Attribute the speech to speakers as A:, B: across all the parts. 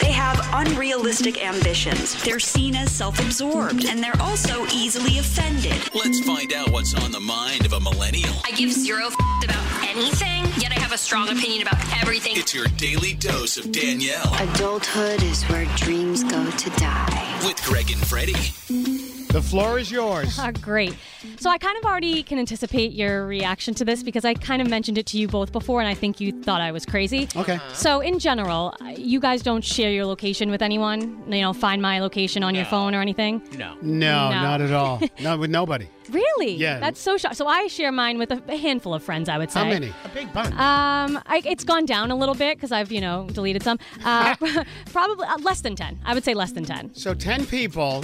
A: They have unrealistic ambitions. They're seen as self absorbed, and they're also easily offended.
B: Let's find out what's on the mind of a millennial.
C: I give zero f- about anything, yet I have a strong opinion about everything.
B: It's your daily dose of Danielle.
D: Adulthood is where dreams go to die.
B: With Greg and Freddie.
E: The floor is yours.
F: Oh, great. So I kind of already can anticipate your reaction to this because I kind of mentioned it to you both before, and I think you thought I was crazy.
E: Okay.
F: So in general, you guys don't share your location with anyone. You know, find my location on no. your phone or anything.
E: No. No, no. not at all. not with nobody.
F: Really?
E: Yeah.
F: That's so shocking. So I share mine with a, a, handful of friends. I would say.
E: How many? A big bunch.
F: Um, I, it's gone down a little bit because I've you know deleted some. Uh, probably uh, less than ten. I would say less than ten.
E: So ten people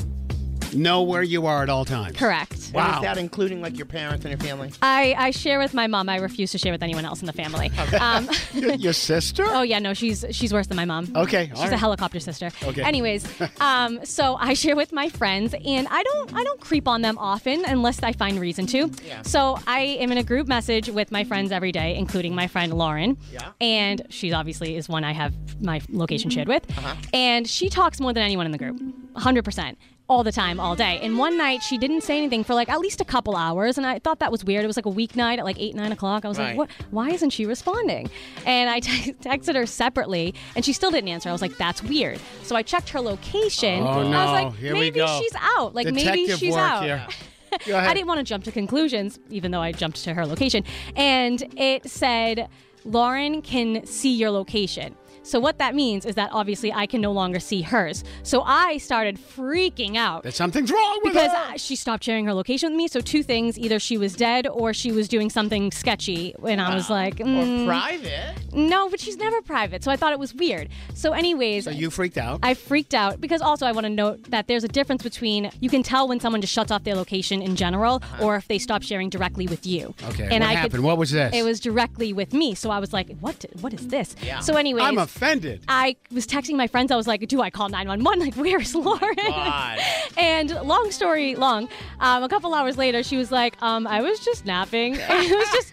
E: know where you are at all times.
F: Correct.
G: Wow. And is that including like your parents and your family?
F: I, I share with my mom. I refuse to share with anyone else in the family.
E: Okay. Um, your, your, sister?
F: Oh yeah, no, she's she's worse than my mom.
E: Okay,
F: she's
E: right.
F: a helicopter sister. Okay. Anyways, um, so I share with my friends, and I don't I don't creep on them often unless I find reason to. Yeah. So I am in a group message with my friends every day, including my friend Lauren. Yeah. And she obviously is one I have my location shared with, uh-huh. and she talks more than anyone in the group, hundred percent all the time, all day. And one night she didn't say anything for like at least a couple hours, and I thought that was weird. It was like a weeknight at like eight, nine o'clock. I was right. like, what? Why isn't she responding? And I t- texted her separately, and she still didn't answer. I was like, that's weird. So I checked her location.
E: Oh, no.
F: I was like,
E: here
F: maybe she's out. Like
E: Detective
F: maybe she's
E: work
F: out.
E: Here.
F: I didn't want to jump to conclusions, even though I jumped to her location. And it said, Lauren can see your location. So what that means is that obviously I can no longer see hers. So I started freaking out.
E: That something's
G: Oh,
E: wrong
F: because
E: her.
F: she stopped sharing her location with me. So two things: either she was dead or she was doing something sketchy, and wow. I was like,
G: mm, or private.
F: No, but she's never private, so I thought it was weird. So, anyways,
E: so you freaked out.
F: I freaked out because also I want to note that there's a difference between you can tell when someone just shuts off their location in general, uh-huh. or if they stop sharing directly with you.
E: Okay, and what I happened?
F: Could,
E: what was this?
F: It was directly with me, so I was like, what? Did, what is this? Yeah. So, anyways,
E: I'm a offended.
F: I was texting my friends. I was like, "Do I call 911? Like, where's Lauren?"
G: Oh
F: and long story long, um, a couple hours later, she was like, um, "I was just napping. And it was just."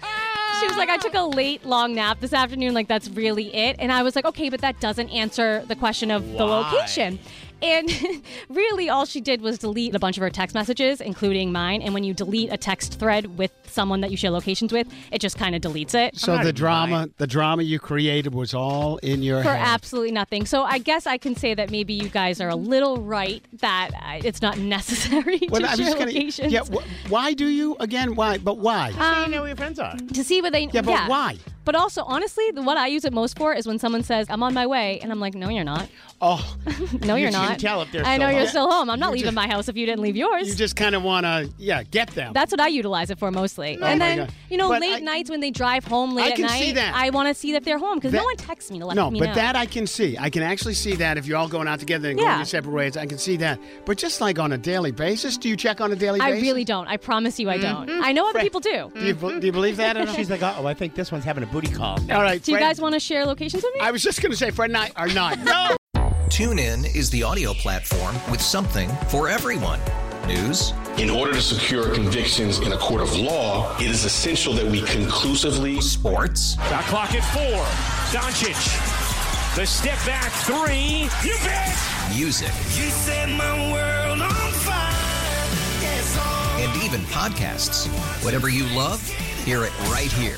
F: she was like, I took a late, long nap this afternoon. Like, that's really it. And I was like, okay, but that doesn't answer the question of Why? the location. And really, all she did was delete a bunch of her text messages, including mine. And when you delete a text thread with someone that you share locations with, it just kind of deletes it.
E: So the drama, lying. the drama you created was all in your
F: for
E: head.
F: absolutely nothing. So I guess I can say that maybe you guys are a little right that uh, it's not necessary well, to
E: I'm
F: share
E: gonna,
F: locations.
E: Yeah, wh- why do you again? Why? But why?
G: Um, so you know where your friends are
F: to see what they.
E: Yeah, but
F: yeah.
E: why?
F: But also, honestly, the, what I use it most for is when someone says, "I'm on my way," and I'm like, "No, you're not."
E: Oh,
F: no,
G: you
F: are not.
G: tell if they're
F: I know
G: home.
F: you're still home. I'm not
E: you
F: leaving
E: just,
F: my house if you didn't leave yours.
E: You just kind of want to, yeah, get them.
F: That's what I utilize it for mostly.
E: Oh
F: and
E: my
F: then,
E: God.
F: you know,
E: But
F: late
E: I-
F: nights when they drive home late
E: I can
F: at night,
E: see that.
F: I want to see that they're home because no
E: That-
F: one texts me to let
E: no,
F: me
E: but
F: know.
E: that I can see. I can actually see that if you're all going out together and
F: Yeah.
E: going your separate ways, I can see that. But just like on a daily basis, do you check on a daily
F: I
E: basis?
F: really don't. I promise you, I don't. I know other
G: Fred-
F: people do.
E: Mm-hmm. Do you, be- do you believe that? At all?
G: She's like, oh, I think this one's having a booty call.
E: all right.
F: Do you
E: Fred-
F: guys want to share locations with me?
E: I was just going to say, Fred and I are not. no.
H: TuneIn is the audio platform with something for everyone. News.
I: In order to secure convictions in a court of law, it is essential that we conclusively.
H: Sports.
J: Shot clock at four. Doncic. The step back three. You bet.
H: Music.
K: You set my world on fire. Yes, oh.
H: and even podcasts. Whatever you love, hear it right here